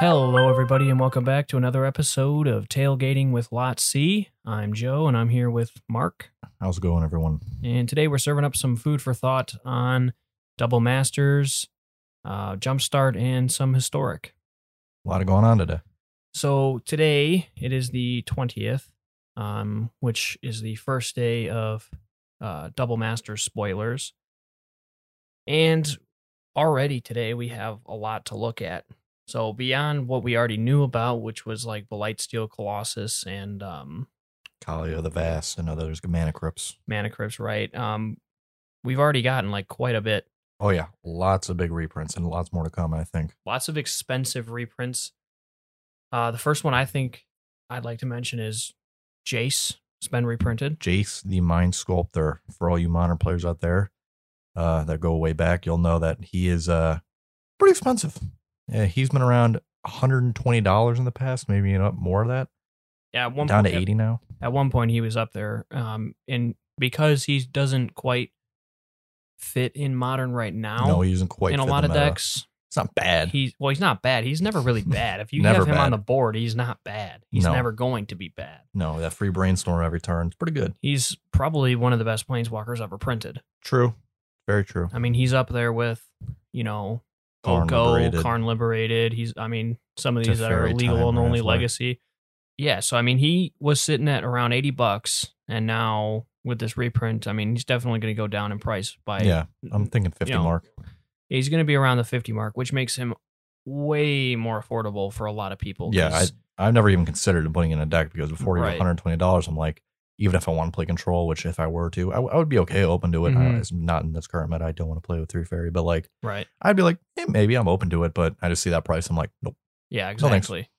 Hello, everybody, and welcome back to another episode of Tailgating with Lot C. I'm Joe, and I'm here with Mark. How's it going, everyone? And today we're serving up some food for thought on Double Masters, uh, Jumpstart, and some historic. A lot of going on today. So today it is the 20th, um, which is the first day of uh, Double Masters spoilers. And already today we have a lot to look at. So beyond what we already knew about, which was like the Light Steel Colossus and um, Kalia the Vast and others, Manacrypts. Manacrypts, right? Um, we've already gotten like quite a bit. Oh, yeah. Lots of big reprints and lots more to come, I think. Lots of expensive reprints. Uh, the first one I think I'd like to mention is Jace. It's been reprinted. Jace, the Mind Sculptor, for all you modern players out there uh, that go way back, you'll know that he is uh, pretty expensive. Yeah, he's been around $120 in the past, maybe you know, more of that. Yeah, at one Down point, to 80 now. At one point, he was up there, um, and because he doesn't quite fit in modern right now, No, he isn't quite in a fit lot the of meta. decks, It's not bad. He's well, he's not bad. He's never really bad. If you Never have him on bad. the board, he's not bad. He's No. never going to be bad. no, that free brainstorm every turn. It's pretty good. He's probably one of the best planeswalkers ever printed. True. Very true. I mean, he's up there with, you know, Karn Oko, Liberated. Karn Liberated. He's I mean, some of these that are Teferi legal and Timer, only that's right. legacy. Yeah, so I mean he was sitting at around eighty bucks and now with this reprint, I mean he's definitely gonna go down in price by Yeah, um, I'm thinking 50 know, mark. he's gonna be around the fifty mark, which makes him way more affordable for a lot of people. Yeah, 'cause- I've never even considered putting in a deck because before Right. it was $120, I'm like, even if I want to play control, which if I were to, I, w- I would be okay, open to it. Mhm. I, it's not in this current meta. I don't want to play with Three Fairy, but like, right. I'd be like, eh, maybe I'm open to it, but I just see that price. I'm like, nope. Yeah, No, thanks. exactly.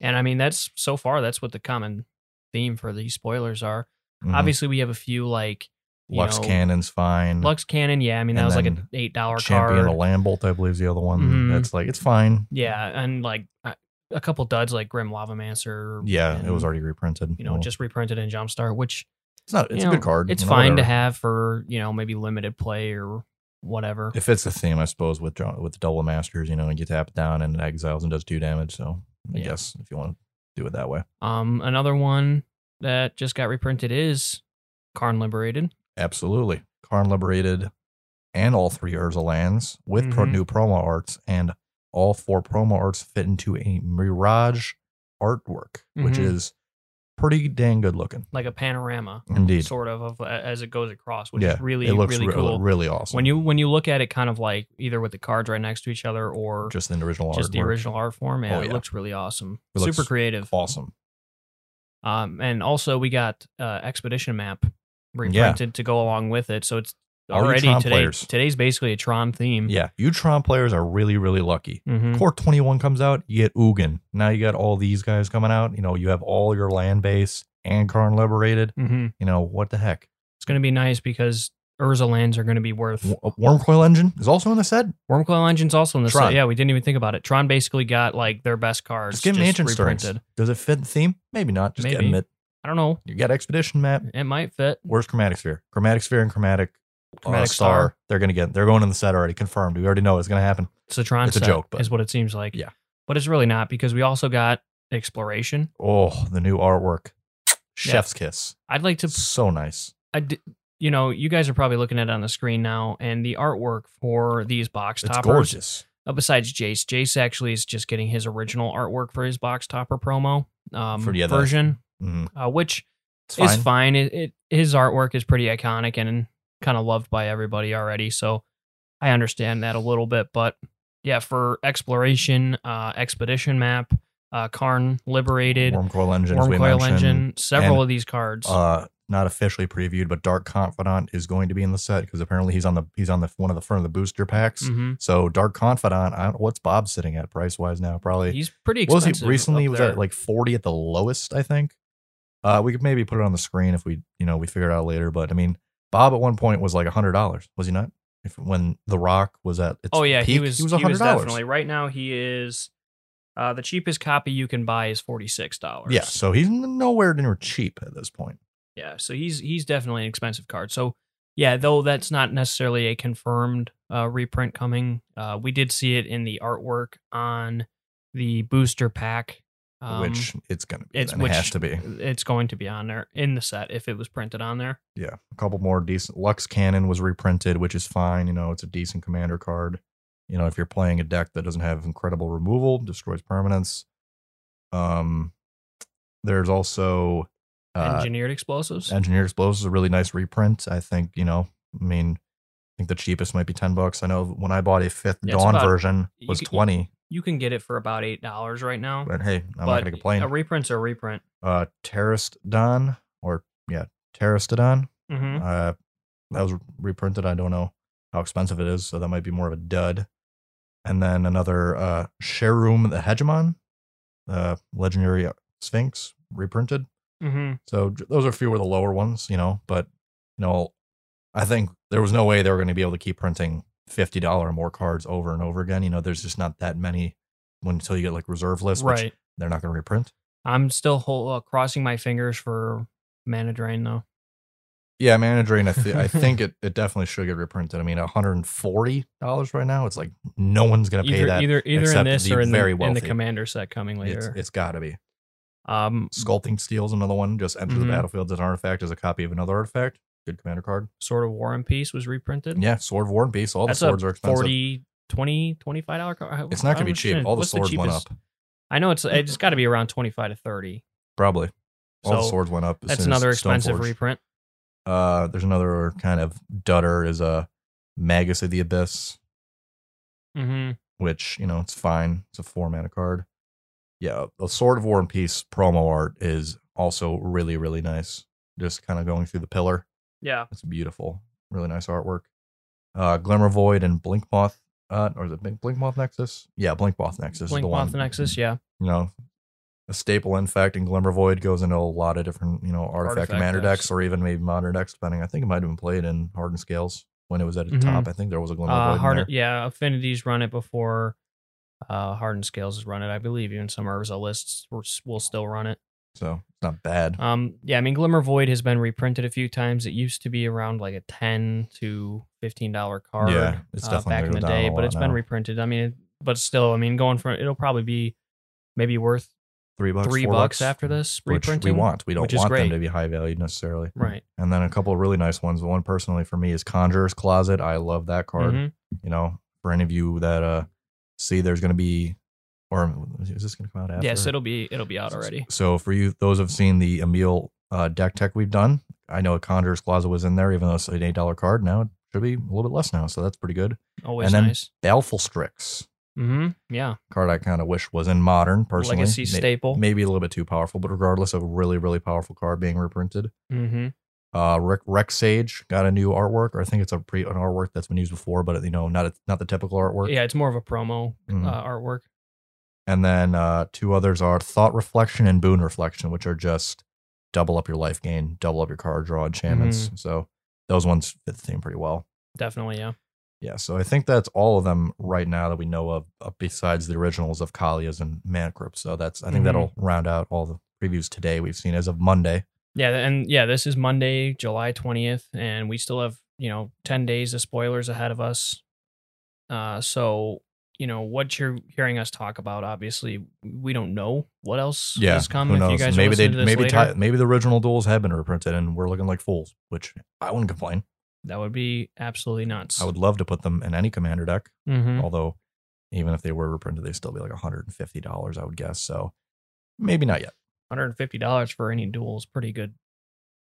and I mean, that's so far, that's what the common theme for these spoilers are. Mhm. Obviously, we have a few like you Lux know, Cannon's fine. Lux Cannon. Yeah, I mean, that Mm. And was like an then eight dollar Champion card. of Lambolt, I believe, is the other one. Mhm. That's like, it's fine. yeah, and like a a couple duds like Grim Lavamancer. Yeah, it was and, already reprinted. you know Well, just reprinted in Jumpstart, which it's not, you it's a know, good card. It's you know, fine to whatever. have for you know maybe limited play or whatever. It fits the theme, I suppose, with John, with the double masters. You know, you tap it down and it exiles and does two damage. So I Yeah. guess if you want to do it that way, Um, another one that just got reprinted is Karn Liberated. absolutely. Karn liberated, and all three Urza lands with pro- Mhm. new promo arts, and all four promo arts fit into a mirage artwork, which Mhm. is pretty dang good looking. Like a panorama, Indeed, sort of, of as it goes across, which yeah, is really, it looks really re- cool. really awesome. when you when you look at it kind of like either with the cards right next to each other or just, just the original artwork, the original art form yeah, Oh, it yeah. looks really awesome It super looks creative awesome. um and also we got uh expedition map reprinted to go along with it so it's All you already Tron today players. today's basically a tron theme Yeah, you Tron players are really really lucky. Mhm. Core 21 comes out, you get Ugin. Now you got all these guys coming out. You know, you have all your land base and Karn liberated. Mhm. You know, what the heck? it's going to be nice because urza lands are going to be worth W- a Worm Coil Engine is also in the set. wormcoil engines also in this set. Tron. yeah we didn't even think about it tron basically got like their best cards Just give them ancient reprinted stories. Does it fit the theme? Maybe not. Just Maybe. Mm. get it. i don't know You got Expedition Map. it might fit Where's Chromatic Sphere? Chromatic Sphere and Chromatic, uh, Chromatic Star. Star. They're gonna get. They're going in the set already. Confirmed. We already know it's gonna happen. it's a Tron It's a set, joke, but- is what it seems like. Yeah. but it's really not because we also got exploration. Oh, the new artwork. Chef's kiss. I'd like to, So nice. I d- you know, you guys are probably looking at it on the screen now, and the artwork for these box It's toppers. gorgeous. Uh, besides Jace, Jace actually is just getting his original artwork for his box topper promo um, For- yeah, that- version, Mhm. uh, which It's is fine. It, it his artwork is pretty iconic and kind of loved by everybody already, so I understand that a little bit. But yeah, for exploration, uh, expedition map, uh, Karn liberated, Worm Coil Engine. as Worm we Coil mentioned. Engine, several and, of these cards. uh not officially previewed but dark confidant is going to be in the set because apparently he's on the he's on the one of the front of the booster packs Mhm. so dark confidant I don't, what's bob sitting at price wise now probably He's pretty what was expensive. he recently up was there. at like 40 at the lowest i think uh we could maybe put it on the screen if we you know we figure it out later but i mean bob at one point was like a hundred dollars was he not if when the rock was at its oh yeah, he peak, was. he was he hundred was dollars definitely right now. He is uh, the cheapest copy you can buy is forty six dollars. yeah so he's nowhere near cheap at this point yeah. So he's he's definitely an expensive card. So yeah, though that's not necessarily a confirmed uh, reprint coming. Uh, we did see it in the artwork on the booster pack, um, which it's gonna be. it's- then. which- it has to be. it's going to be on there in the set if it was printed on there. Yeah, a couple more decent. Lux Cannon was reprinted, which is fine. You know, it's a decent commander card. You know, if you're playing a deck that doesn't have incredible removal, destroys permanence. Um, there's also uh, Engineered explosives. Engineered Explosives is a really nice reprint. I think, you know, I mean, I think the cheapest might be 10 bucks. I know when I bought a fifth Yeah, it's Dawn about- version you was could- 20, you can get it for about eight dollars right now. but hey, I'm not but going to complain. A reprint's a reprint. uh, Terrorist Don, or yeah, Terrorist Don. hmm Uh, that was reprinted. I don't know how expensive it is, so that might be more of a dud. And then another uh, Sherum the Hegemon, uh, legendary Sphinx reprinted. hmm So j- those are a few of the lower ones, you know. But you know, I think there was no way they were going to be able to keep printing fifty dollar more cards over and over again. You know, there's just not that many when until you get like reserve lists, which Right. they're not going to reprint. I'm still whole, uh, crossing my fingers for Mana Drain though. Yeah, Mana Drain, I, th- I think it, it definitely should get reprinted. I mean, $140 right now, it's like no one's going to pay Either that. either either in except this the or in very the, in the wealthy. Commander set coming it's later. it's got to be. um, Sculpting Steel's another one. Just enter Mhm. the battlefield as an artifact, as a copy of another artifact. Good commander card. Sword of War and Peace was reprinted. Yeah, Sword of War and Peace. All That's the swords a are expensive. 40 20 25 dollar card. it's not I going to be don't cheap. understand. All the What's swords went up, cheapest- I know it's it's got to be around 25 to 30. probably. All the So, swords went up. as That's soon as another expensive Stoneforge. reprint. Uh, there's another kind of dutter is a Magus of the Abyss. hmm which you know it's fine. It's a four mana card. Yeah, the Sword of War and Peace promo art is also really really nice. Just kind of going through the pillar. Yeah. It's beautiful. Really nice artwork. Uh, Glimmer Void and Blink Moth. Uh, or is it Blink Blink Moth Nexus? Yeah, Blink Moth Nexus is Blink the one. Moth Nexus, yeah. You know, a staple infect and Glimmer Void goes into a lot of different you know artifact, Artifact commander decks. decks. or even maybe modern decks depending. I think it might have been played in Hardened Scales when it was at the Mhm. top. I think there was a Glimmer Void. Uh, in hard, there. yeah, affinities run it before uh, hardened scales has run it, I believe. Even some Urza lists were- will still run it. So it's not bad. Um, yeah, I mean, Glimmer Void has been reprinted a few times. It used to be around like a ten to fifteen dollar card. Yeah, it's uh, definitely back in the gonna go down day, a but lot it's been now. reprinted. I mean, it- but still, I mean, going for it'll probably be maybe worth three bucks, three four bucks after this which reprinting. we want. We don't which is want them great. to be high valued necessarily. right? And then a couple of really nice ones. One personally for me is Conjurer's Closet. I love that card. Mhm. You know, for any of you that uh see, there's going to be, or is this going to come out after? Yes, it'll be it'll be out already. So for you, those who've seen the Emil uh, deck tech we've done, I know Conjurer's Closet was in there, even though it's an eight dollar card. Now it should be a little bit less now, so that's pretty good. Always and then- nice. Baleful Strix hmm Yeah, card I kind of wish was in modern personally. legacy May- staple. Maybe a little bit too powerful, but regardless, a really really powerful card being reprinted. hmm Uh, Rick Rex Sage got a new artwork, or I think it's a pre an artwork that's been used before, but you know, not a, not the typical artwork. Yeah, it's more of a promo Mhm. uh, artwork. And then uh, two others are Thought Reflection and Boon Reflection, which are just double up your life gain, double up your card draw enchantments. So those ones fit the theme pretty well. Definitely, yeah. Yeah, so I think that's all of them right now that we know of, uh, besides the originals of Kalias and Mancrypt. So that's I think Mhm. that'll round out all the previews today we've seen as of Monday. Yeah, and yeah, this is Monday, July 20th, and we still have, you know, 10 days of spoilers ahead of us. Uh so, you know, what you're hearing us talk about, obviously, we don't know what else is coming. Who knows? If you guys maybe are they listening to this maybe later, ti- maybe the original duels have been reprinted and we're looking like fools, which I wouldn't complain. that would be absolutely nuts. I would Oh. love to put them in any commander deck, Mhm. although even if they were reprinted, they'd still be like $150, I would guess. So maybe not yet, $150 for any duel is pretty good.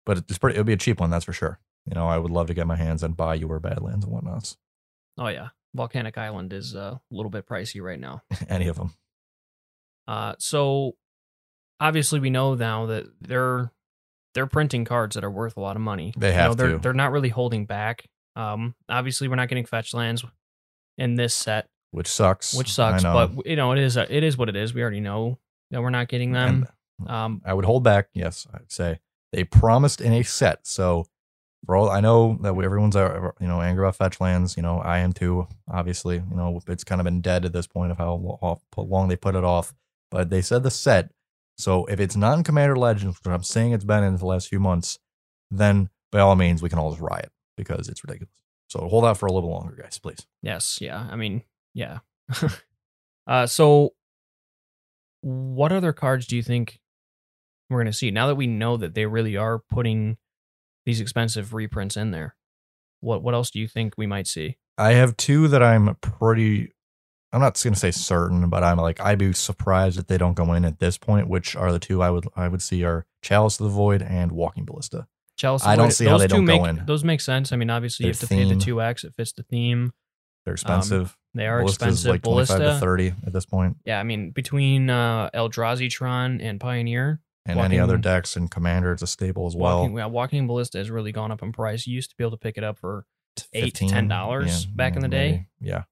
but it's pretty, it would be a cheap one, that's for sure. You know, I would love to get my hands on Bayou or Badlands and whatnots, Oh yeah. Volcanic Island is uh, a little bit pricey right now. any of them. Uh, so obviously we know now that they're they're printing cards that are worth a lot of money. They You know, have they're, to. They're not really holding back. Um, obviously we're not getting fetch lands in this set, Which sucks. which sucks. I know. But you know it is it is what it is. We already know that we're not getting them. Um, I would hold back. Yes, I'd say they promised in a set. So, for all I know that we- everyone's uh, you know angry about fetch lands. You know, I am too. Obviously, you know it's kind of been dead at this point of how lo- off- how long they put it off. But they said the set. So if it's not in Commander Legends, which I'm saying it's been in the last few months, then by all means we can all just riot because it's ridiculous. So hold out for a little longer, guys, please. yes, yeah. I mean, yeah. uh, so what other cards do you think we're going to see now that we know that they really are putting these expensive reprints in there? What what else do you think we might see? I have two that I'm pretty. I'm not going to say certain, but I'm like I'd be surprised if they don't go in at this point. Which are the two I would I would see are Chalice of the Void and Walking Ballista. Chalice. I don't see how those they two don't make, go in. Those make sense. I mean, obviously, you Their have to pay theme. the two X. It fits the theme. They're expensive. They are Ballista's Um, expensive. like 25 to Ballista. 30 at this point, Yeah, I mean, between uh, Eldrazi Tron and Pioneer, and any other Walking- decks and Commander, it's a staple as well. walking, yeah, walking Ballista has really gone up in price. You used to be able to pick it up for eight to 15, ten dollars yeah, back in the day. maybe. Yeah,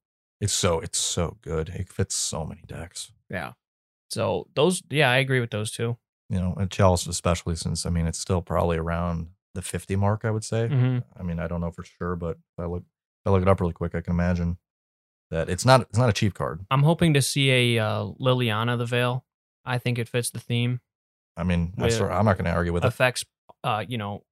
it's so it's so good. It fits so many decks. Yeah. So those, yeah, I agree with those two. You know, and Chalice especially since I mean it's still probably around the 50 mark. I would say. Mm-hmm. I mean, I don't know for sure, but if I look if I look it up really quick, I can imagine that it's not it's not a cheap card. I'm hoping to see a uh, Liliana the Veil. I think it fits the theme. I mean, I With- sort, I'm not going to argue with it. Affects, uh, you know,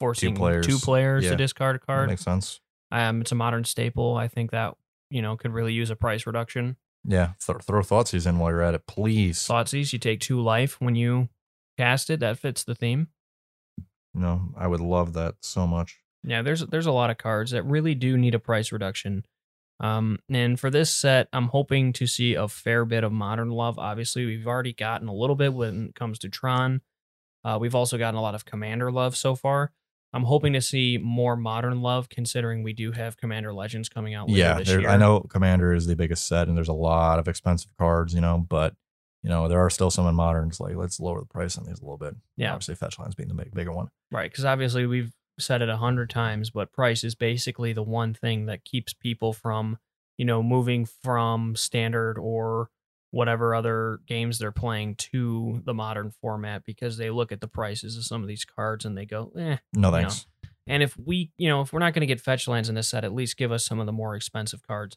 forcing two players, players. to Yeah. discard a That card. makes sense. um, it's a modern staple. I think that you know could really use a price reduction. Yeah, Th- throw Thoughtseize in while you're at it, please. Thoughtseize, you take two life when you cast it. That fits the theme. No, I would love that so much. Yeah, there's there's a lot of cards that really do need a price reduction. Um, and for this set, I'm hoping to see a fair bit of modern love. Obviously, we've already gotten a little bit when it comes to Tron. Uh, we've also gotten a lot of Commander love so far. I'm hoping to see more modern love, considering we do have Commander Legends coming out later yeah, this there- year. I know Commander is the biggest set, and there's a lot of expensive cards, you know, but you know there are still some in moderns. Like let's lower the price on these a little bit. Yeah. obviously fetch lines being the big, bigger one. Right, because obviously we've said it a hundred times, but price is basically the one thing that keeps people from, you know, moving from standard or whatever other games they're playing to the modern format because they look at the prices of some of these cards and they go, eh. No thanks. And if we, you know, if we're not going to get fetch lands in this set, at least give us some of the more expensive cards,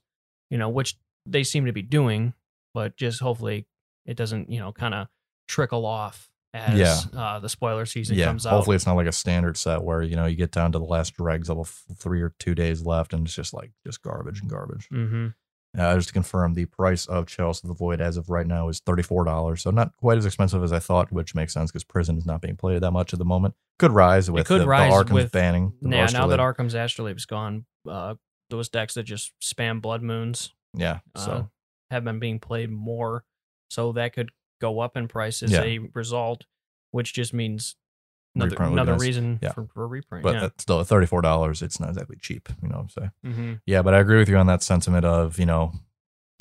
you know, which they seem to be doing, but just hopefully it doesn't, you know, kind of trickle off as Yeah. uh, the spoiler season yeah, comes out. hopefully it's not like a standard set where you know you get down to the last dregs of a f- three or two days left, and it's just like just garbage and garbage. Mm-hmm. Uh, just to confirm, the price of Chalice of the Void as of right now is $34. So not quite as expensive as I thought, which makes sense because Prison is not being played that much at the moment. Could rise with could the, rise the Arkham's with- banning. the Yeah, Rush now that Relay. Arkham's Astrolabe's gone, uh, those decks that just spam Blood Moons Yeah, uh, so have been being played more, so that could go up in price as Yeah. a result, which just means another, Reprint would be another nice. reason Yeah. for, for a reprint. but yeah. at- still at $34, it's not exactly cheap, you know what I'm saying? mm-hmm. Yeah, but I agree with you on that sentiment of, you know,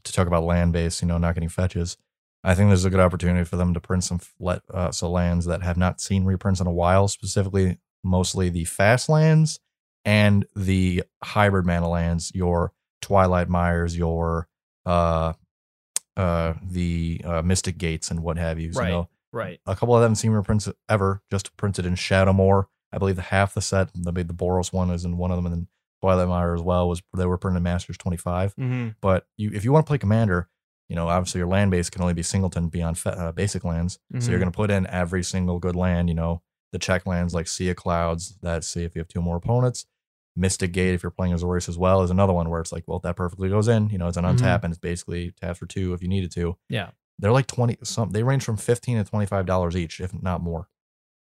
to talk about land base, you know, not getting fetches. I think there's a good opportunity for them to print some f- let, uh, so lands that have not seen reprints in a while, specifically mostly the fast lands and the hybrid mana lands, your Twilight Mires, your uh uh the uh, Mystic Gates and what have you. So, Right. You know, Right. a couple of them seen reprints ever, just printed in Shadowmoor. I believe the half the set, the the Boros one is in one of them, and then Twilight Mire as well was they were printed in Masters twenty five. Mm-hmm. But you, if you want to play Commander, you know obviously your land base can only be singleton beyond fe- uh, basic lands, Mm-hmm. so you're going to put in every single good land. You know the check lands like Sea of Clouds that see if you have two more opponents. Mystic Gate, if you're playing Azorius as well, is another one where it's like, well, that perfectly goes in. You know, it's an Mhm. untap and it's basically taps for two if you needed to. Yeah. They're like 20 some they range from 15 to 25 dollars each, if not more.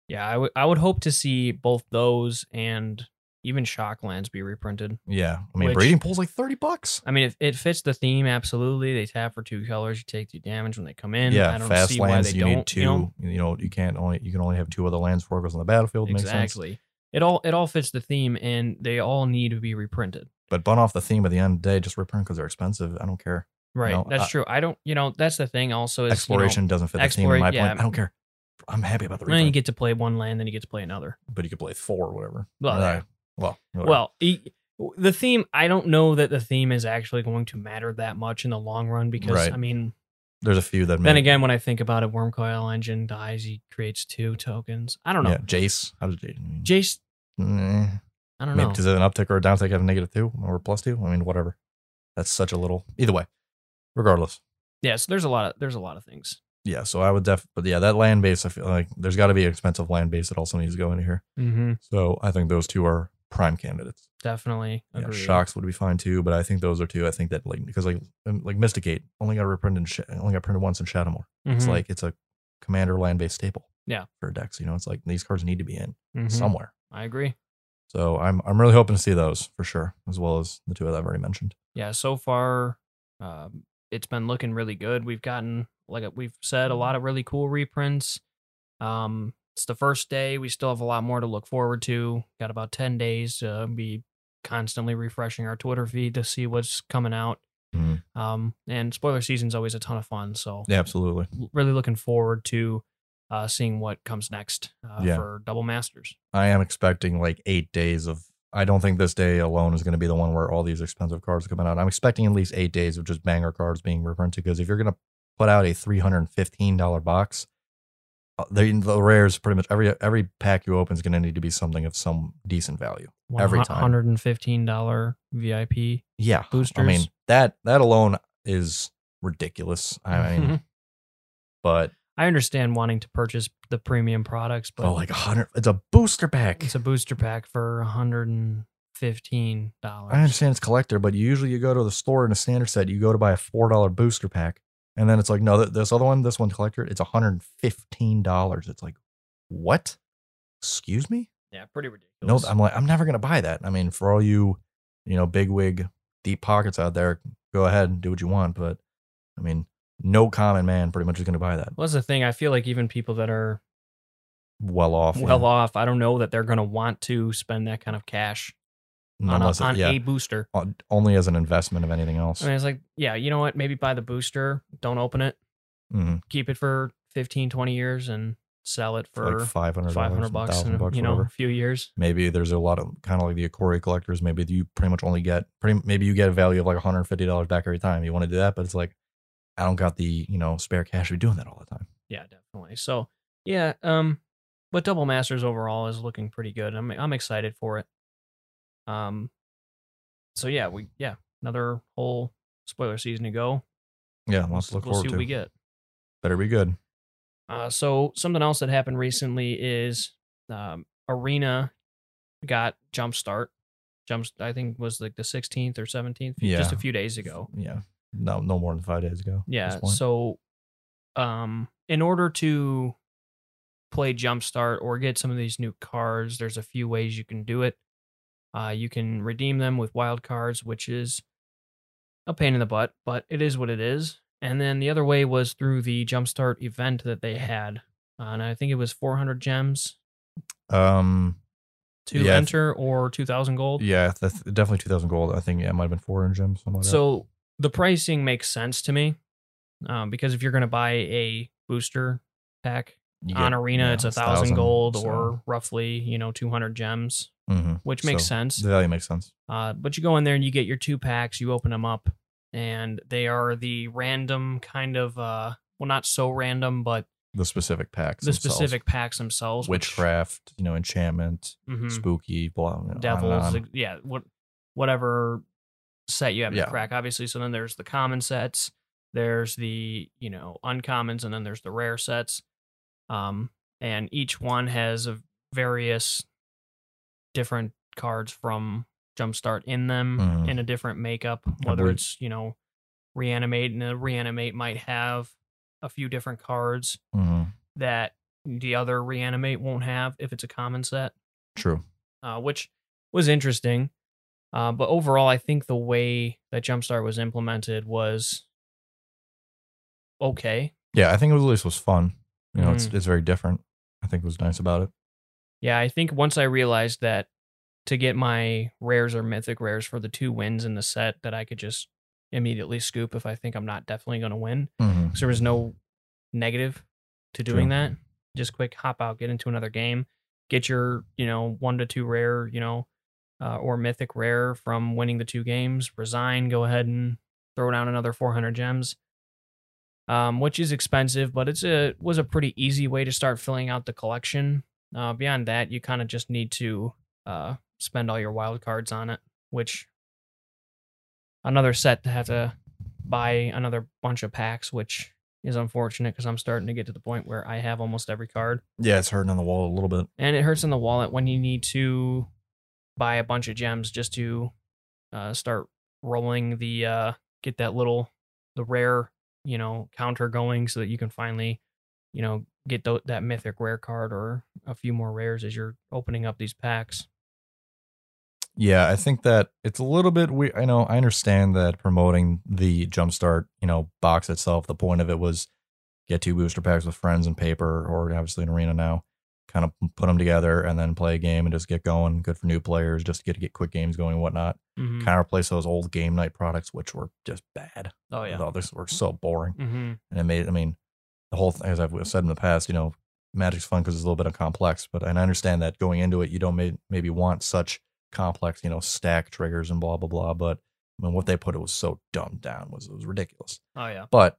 Yeah, I would I would hope to see both those and even Shocklands be reprinted. Yeah. I mean, Which- breeding pool's like 30 bucks. I mean, if it fits the theme, absolutely. They tap for two colors. You take two damage when they come in. I yeah, don't fast see lands why they you don't, need two. you You know? know, you can't only you can only have two other lands before it goes on the battlefield, makes sense. exactly. It all it all fits the theme, and they all need to be reprinted. But bun off the theme at the end of the day, just reprint because they're expensive. I don't care. Right. No, that's uh, true. I don't. You know, that's the thing. Also, is Exploration doesn't fit the theme explora- in my yeah. point. I don't care. I'm happy about the You know, then you reprint. get to play one land, then you get to play another. but you could play four or whatever. Well, Or, yeah. uh, well, whatever. Well, e- the theme. I don't know that the theme is actually going to matter that much in the long run because Right. I mean, there's a few that then make- again, when I think about it, Worm Coil Engine dies. He creates two tokens. I don't know. Yeah, Jace. How does Jace? Jace. Nah. I don't Maybe know. does it an uptick or a downtick have a negative two or plus two? I mean, whatever. That's such a little. Either way, regardless. Yeah. So there's a lot of there's a lot of things. Yeah, so I would def, but yeah, that land base. I feel like there's got to be an expensive land base that also needs to go in here. Mm-hmm. So I think those two are prime candidates. Definitely Yeah, agree. shocks would be fine too, but I think those are two. I think that like because like um, like Mysticate only got reprinted in Sh- only got printed once in Shadowmoor. It's like it's a commander land based staple. Mm-hmm. Yeah. for decks, you know, it's like these cards need to be in somewhere. Mm-hmm. I agree. So I'm I'm really hoping to see those for sure, as well as the two that I've already mentioned. yeah, so far, um, it's been looking really good. We've gotten, like we've said, Mm-hmm. a lot of really cool reprints. Um, it's the first day. We still have a lot more to look forward to. Got about 10 days to be constantly refreshing our Twitter feed to see what's coming out. Mhm. Um, and spoiler season's always a ton of fun. So, Yeah, absolutely. l- really looking forward to uh, seeing what comes next uh, Yeah. for Double Masters. I am expecting like eight days of. I don't think this day alone is going to be the one where all these expensive cards are coming out. I'm expecting at least eight days of just banger cards being reprinted because if you're going to put out a $315 box, uh, the, the rares pretty much every every pack you open is going to need to be something of some decent value. Every time. $115 VIP. Yeah, I Boosters. mean that that alone is ridiculous. I mean, but I understand wanting to purchase the premium products, but oh, like a hundred, it's a booster pack. it's a booster pack for hundred and fifteen dollars. I understand it's collector, but usually you go to the store in a standard set, you go to buy a four dollar booster pack, and then it's like, no, th- this other one, this one's collector, it's one hundred and fifteen dollars. It's like, what? Excuse me? Yeah, pretty No, ridiculous. I'm like, I'm never gonna buy that. I mean, for all you, you know, big wig, deep pockets out there, go ahead and do what you want, but I mean, no common man pretty much is gonna buy that. Well, that's the thing. I feel like even people that are Well off, well yeah. off, I don't know that they're going to want to spend that kind of cash on, a, unless on it, yeah, a booster. on- only as an investment of anything else. I mean, it's like, yeah, you know what? Maybe buy the booster, don't open it, Mhm. keep it for 15, 20 years, and sell it For for like five hundred, 500 bucks in bucks, you know, a whatever. few years. maybe there's a lot of kind of like the Akori collectors. Maybe you pretty much only get pretty. Maybe you get a value of like 150 dollars back every time. You want to do that, but it's like I don't got the you know spare cash to be doing that all the time. Yeah, definitely. So, yeah, um, but Double Masters overall is looking pretty good. I'm I'm excited for it. Um, so yeah, we yeah another whole spoiler season to go. Yeah, let's look we'll forward see to. what we get. Better be good. Uh, so something else that happened recently is um, Arena got Jumpstart. Jumps, I think was like the 16th or 17th, few- just Yeah. a few days ago. Yeah, no, no more than five days ago. at Yeah. this point. So, um, in order to play Jumpstart or get some of these new cards, there's a few ways you can do it. Uh, you can redeem them with wild cards, which is a pain in the butt, but it is what it is. And then the other way was through the Jumpstart event that they had, uh, and I think it was 400 gems um, to Yeah, I th- enter or 2,000 gold. yeah, that's definitely 2,000 gold. I think yeah, it might have been four in gems. Something like that. So the pricing makes sense to me, um, because if you're going to buy a booster pack You on get- arena yeah, it's a thousand 1,000, gold so- or roughly you know 200 gems Mhm. which makes So, sense The value makes sense. uh, but you go in there and you get your two packs you open them up and they are the random kind of uh well not so random but The specific packs. the themselves. specific packs themselves witchcraft, you know, enchantment, hmm spooky, blah, you know, on um, and devils on. like, yeah what whatever set you have Yeah. to crack obviously so then there's the common sets there's the you know uncommons and then there's the rare sets um and each one has a various different cards from jumpstart in them Mhm. in a different makeup whether believe- it's you know reanimate and the reanimate might have a few different cards Mhm. that the other reanimate won't have if it's a common set True. uh, which was interesting. Uh, but overall, I think the way that Jumpstart was implemented was okay. Yeah, I think it was at least was fun. You know, Mm. it's it's very different. I think was nice about it. Yeah, I think once I realized that to get my rares or mythic rares for the two wins in the set, that I could just immediately scoop if I think I'm not definitely going to win. Mm-hmm. 'Cause there was no negative to doing True. that. Just quick hop out, get into another game, get your you know one to two rare, you know, uh, or mythic rare from winning the two games. Resign, go ahead and throw down another 400 gems, um, which is expensive, but it's a was a pretty easy way to start filling out the collection. Uh, beyond that, you kind of just need to uh, spend all your wild cards on it, which another set to have to buy another bunch of packs, which is unfortunate because I'm starting to get to the point where I have almost every card, Yeah, it's hurting on the wall a little bit. and it hurts in the wallet when you need to buy a bunch of gems just to uh, start rolling the uh, get that little the rare you know counter going so that you can finally you know get tho- that mythic rare card or a few more rares as you're opening up these packs. Yeah, I think that it's a little bit weird. I know I understand that promoting the Jumpstart, you know, box itself. The point of it was get two booster packs with friends and paper, or obviously an arena now. Kind of put them together and then play a game and just get going. Good for new players, just to get to get quick games going and whatnot. Mhm. Kind of replace those old game night products, which were just bad. Oh yeah. Though this were so boring. Mm-hmm. and it made i mean the whole thing as i've said in the past you know magic's fun because it's a little bit of complex but and i understand that going into it you don't may, maybe want such complex you know stack triggers and blah blah blah but i mean what they put it was so dumbed down was it was ridiculous Oh yeah. but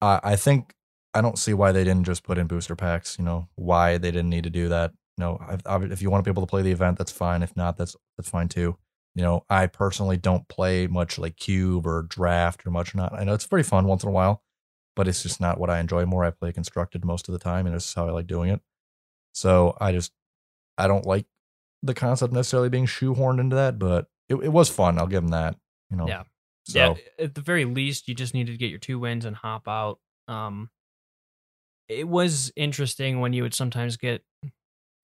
i i think i don't see why they didn't just put in booster packs you know why they didn't need to do that you know I've, I've- if you want to be able to play the event that's fine if not that's that's fine too you know i personally don't play much like cube or draft or much or not i know it's pretty fun once in a while but it's just not what i enjoy more i play constructed most of the time and this is how i like doing it so i just i don't like the concept necessarily being shoehorned into that but it, it was fun i'll give them that you know Yeah. so yeah, at the very least, you just needed to get your two wins and hop out. Um, it was interesting when you would sometimes get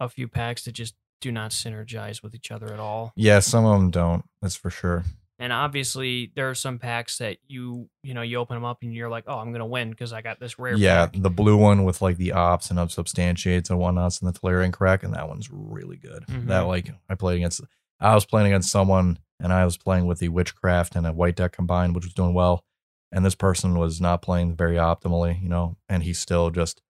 a few packs that just do not synergize with each other at all. yeah some of them don't that's for sure And obviously, there are some packs that you you know you open them up and you're like, oh, I'm gonna win because I got this rare. Yeah, pack. the blue one with like the ops and unsubstantiates and whatnots and the Talarian crack, and that one's really good. That Mhm. like I played against, I was playing against someone, and I was playing with the witchcraft and a white deck combined, which was doing well, and this person was not playing very optimally, you know, and he still just,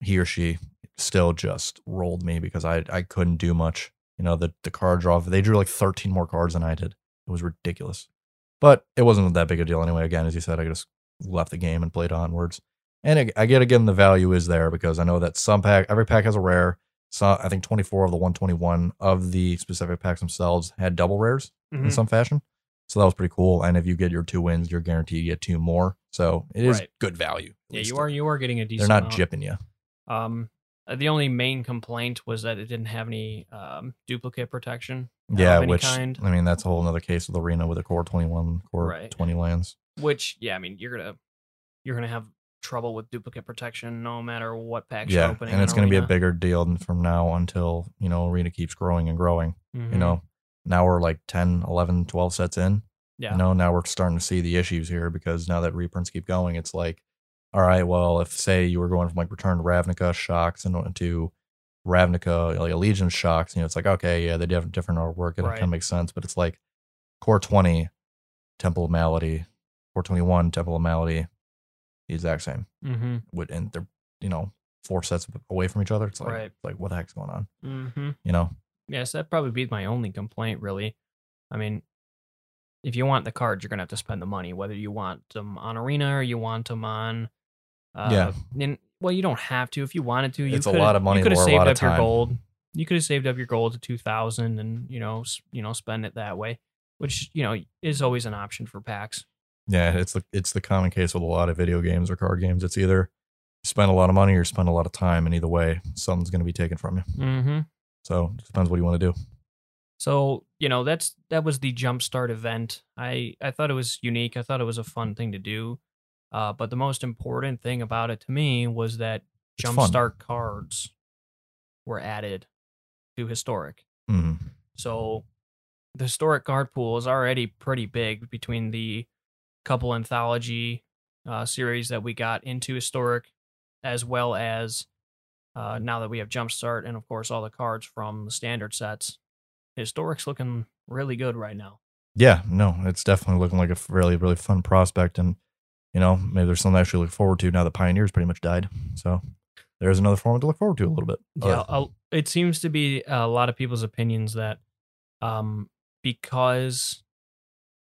he or she still just rolled me because I I couldn't do much, you know. The the card draw, they drew like thirteen more cards than I did. It was ridiculous, but it wasn't that big a deal anyway. Again, as you said, I just left the game and played onwards. And I- I get again the value is there because I know that some pack, every pack has a rare. So I think 24 of the 121 of the specific packs themselves had double rares in Mhm. some fashion. So that was pretty cool. And if you get your two wins, you're guaranteed to get two more. So it is Right. good value. at yeah, least. you are you are getting a They're decent. not amount. jipping you. Um, uh, the only main complaint was that it didn't have any um, duplicate protection. of Yeah, any which kind. I mean that's a whole another case with arena with the core 21, core Right. 20 lands. Which yeah, I mean you're gonna you're gonna have trouble with duplicate protection no matter what packs you're Yeah, opening. and in it's going to be a Arena. bigger deal from now until you know arena keeps growing and growing. Mhm. You know, now we're like 10, 11, 12 sets in. Yeah. you know now we're starting to see the issues here because now that reprints keep going it's like all right well if say you were going from like return to ravnica shocks and to ravnica like legion shocks you know it's like okay yeah they have different artwork and it kind Right. of makes sense but it's like core 20 temple of malady core 21 temple of malady the exact same Mm-hmm. would and they're you know four sets away from each other it's like Right. like what the heck's going on Mm-hmm. you know Yes, that'd probably be my only complaint, really. I mean, if you want the cards, you're gonna have to spend the money, whether you want them on Arena or you want them on. Uh, Yeah. And well, you don't have to if you wanted to. You It's a coulda- lot of money You could have or a saved lot up of your time. gold. You could have saved up your gold to two thousand, and you know, s- you know, spend it that way, which you know is always an option for packs. Yeah, it's the it's the common case with a lot of video games or card games. It's either spend a lot of money or spend a lot of time, and either way, something's going to be taken from you. Mm-hmm. So it depends what you want to do. So you know that's that was the jumpstart event. I I thought it was unique. I thought it was a fun thing to do. Uh, but the most important thing about it to me was that It's fun. jumpstart cards were added to historic. Mm. So the historic card pool is already pretty big between the couple anthology uh, series that we got into historic, as well as uh, now that we have Jumpstart and of course all the cards from the standard sets. Historic's looking really good right now. Yeah, no, it's definitely looking like a really really fun prospect, and you know maybe there's something I actually look forward to now that Pioneers pretty much died. So there's another format to look forward to a little bit. Yeah, Uh, uh, it seems to be a lot of people's opinions that um, because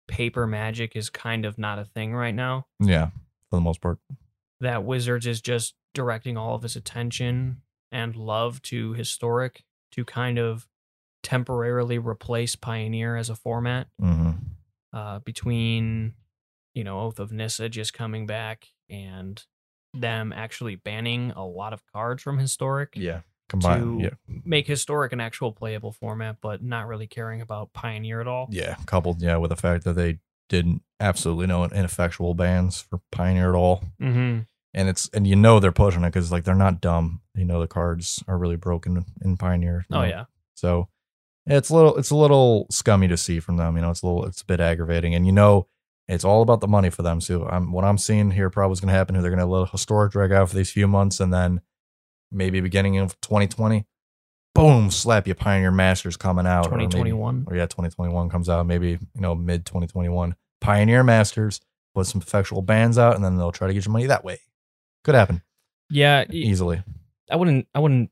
paper magic is kind of not a thing right now, yeah, for the most part. that Wizards is just directing all of his attention and love to historic to kind of temporarily replace Pioneer as a format hmm uh, between, you know, Oath of Nissa just coming back and them actually banning a lot of cards from historic. Yeah, Combined. to Yeah. make historic an actual playable format, but not really caring about Pioneer at all. Yeah. Coupled, yeah, with the fact that they didn't absolutely know ineffectual bans for Pioneer at all. Mm-hmm. And it's and you know they're pushing it because like they're not dumb. They know the cards are really broken in Pioneer. you Oh know? yeah. So it's a little it's a little scummy to see from them. You know, it's a little it's a bit aggravating, and you know it's all about the money for them. So I'm, what I'm seeing here probably is going to happen here. They're going to let a historic drag out for these few months, and then maybe beginning of 2020, boom, slap you Pioneer Masters coming out. or maybe- 2021. or yeah, 2021 comes out, maybe, you know, mid 2021. Pioneer Masters, put some effectual bands out, and then they'll try to get your money that way. Could happen Yeah, y- easily. I wouldn't. I wouldn't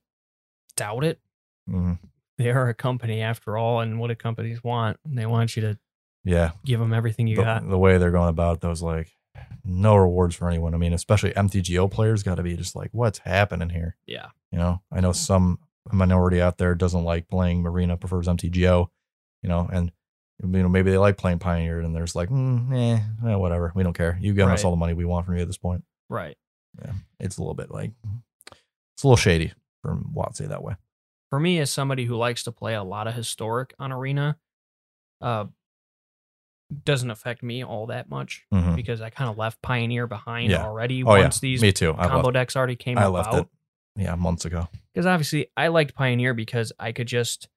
doubt it. Mhm. They are a company after all, and what do companies want? They want you to Yeah. give them everything you the, got. the way they're going about those like no rewards for anyone. I mean, especially MTGO players got to be just like, what's happening here? Yeah. You know, I Mm-hmm. know some minority out there doesn't like playing Marina, prefers MTGO. You know, and you know maybe they like playing Pioneer, and there's like, mm, eh, eh, whatever, we don't care. You've given us Right. all the money we want from you at this point. Right. It's a little bit like it's a little shady from Watsy that way. For me, as somebody who likes to play a lot of historic on Arena, uh, doesn't affect me all that much Mhm. because I kind of left Pioneer behind Yeah. already Oh yeah, once these me too. I combo left, decks already came I about. left it. Yeah, months ago. because obviously I liked Pioneer because I could just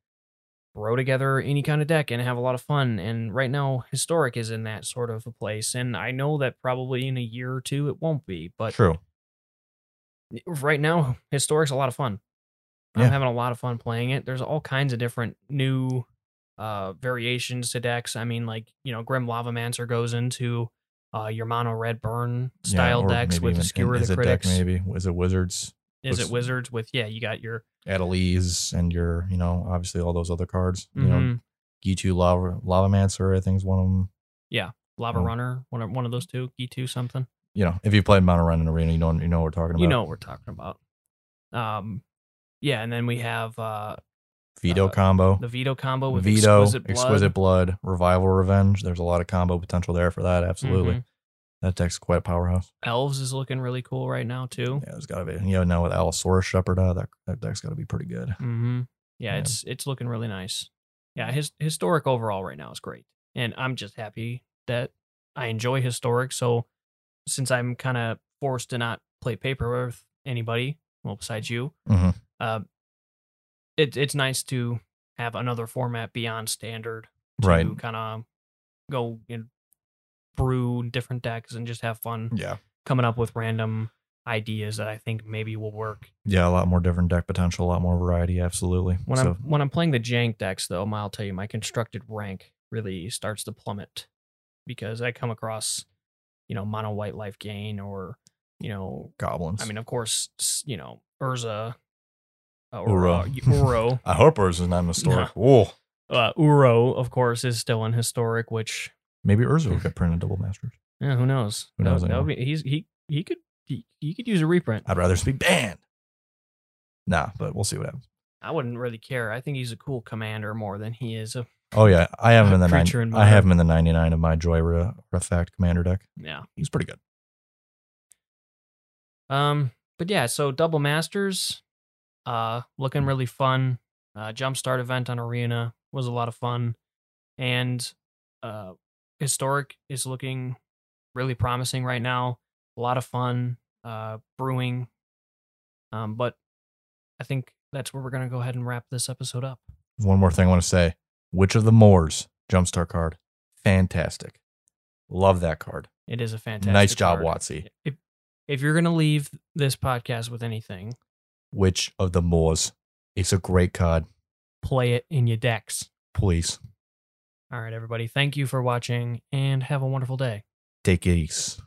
throw together any kind of deck and have a lot of fun. And right now, Historic is in that sort of a place, and I know that probably in a year or two it won't be, but True. right now, Historic's a lot of fun. Yeah. I'm having a lot of fun playing it. There's all kinds of different new uh, variations to decks. I mean, like you know, Grim Lavamancer goes into uh, your mono red burn Yeah, style or decks maybe with the even- skewer of is the it critics. Deck maybe is it wizards? is it Looks- wizards with yeah? You got your Adelise and your, you know, obviously all those other cards. You know, mhm, Gitu Lava Lavamancer, I think is one of them. lava Oh. runner, one of, one of those two, E two something. You know, if you played Mono Run in Arena, you know you know what we're talking about. you know what we're talking about. Um, yeah, and then we have uh Veto uh, combo. the veto combo with Veto, exquisite blood. Blood, Revival Revenge. There's a lot of combo potential there for that. Absolutely. Mhm. That deck's quite a powerhouse. Mm-hmm. Elves is looking really cool right now too. Yeah, there's gotta be. You know, now with Allosaurus Shepherd, uh, that that deck's gotta be pretty good. Mm-hmm. Yeah, Yeah. it's it's looking really nice. Yeah, his historic overall right now is great, and I'm just happy that I enjoy historic. So since I'm kind of forced to not play paper with anybody, well, besides you, Mhm. uh, it it's nice to have another format beyond standard to Right. kind of go and brew different decks and just have fun Yeah. coming up with random ideas that I think maybe will work. Yeah, a lot more different deck potential, a lot more variety, absolutely. When so, I'm when I'm playing the jank decks though, I'll tell you my constructed rank really starts to plummet because I come across, you know, mono white life gain or, you know, goblins. I mean of course, s- you know, Urza uh, or Uro. uh, Uro. I hope Urza's not in historic. Whoa. Uh, Uro, of course, is still in historic, which Maybe Urza will get printed double masters. yeah, who knows? Who That- knows that would be, he's he he could he, he could use a reprint. I'd rather just be banned. Nah, but we'll see what happens. I wouldn't really care. I think he's a cool commander more than he is a Oh yeah, I have him in the nine, Creature in I have him in the ninety nine of my Joy Re- Artifact Commander deck. yeah. He's pretty good. Um, but yeah, so double masters, uh, looking really fun. Uh, jumpstart event on arena was a lot of fun, and uh, historic is looking really promising right now. A lot of fun, uh, brewing. Um, but I think that's where we're gonna go ahead and wrap this episode up. One more thing I want to say: Witch of the Moors Jumpstart card, fantastic. Love that card. It is a fantastic. nice job, card. Watsy. If if you're gonna leave this podcast with anything, Witch of the Moors. It's a great card. play it in your decks. Please All right, everybody. Thank you for watching, and have a wonderful day. take it easy.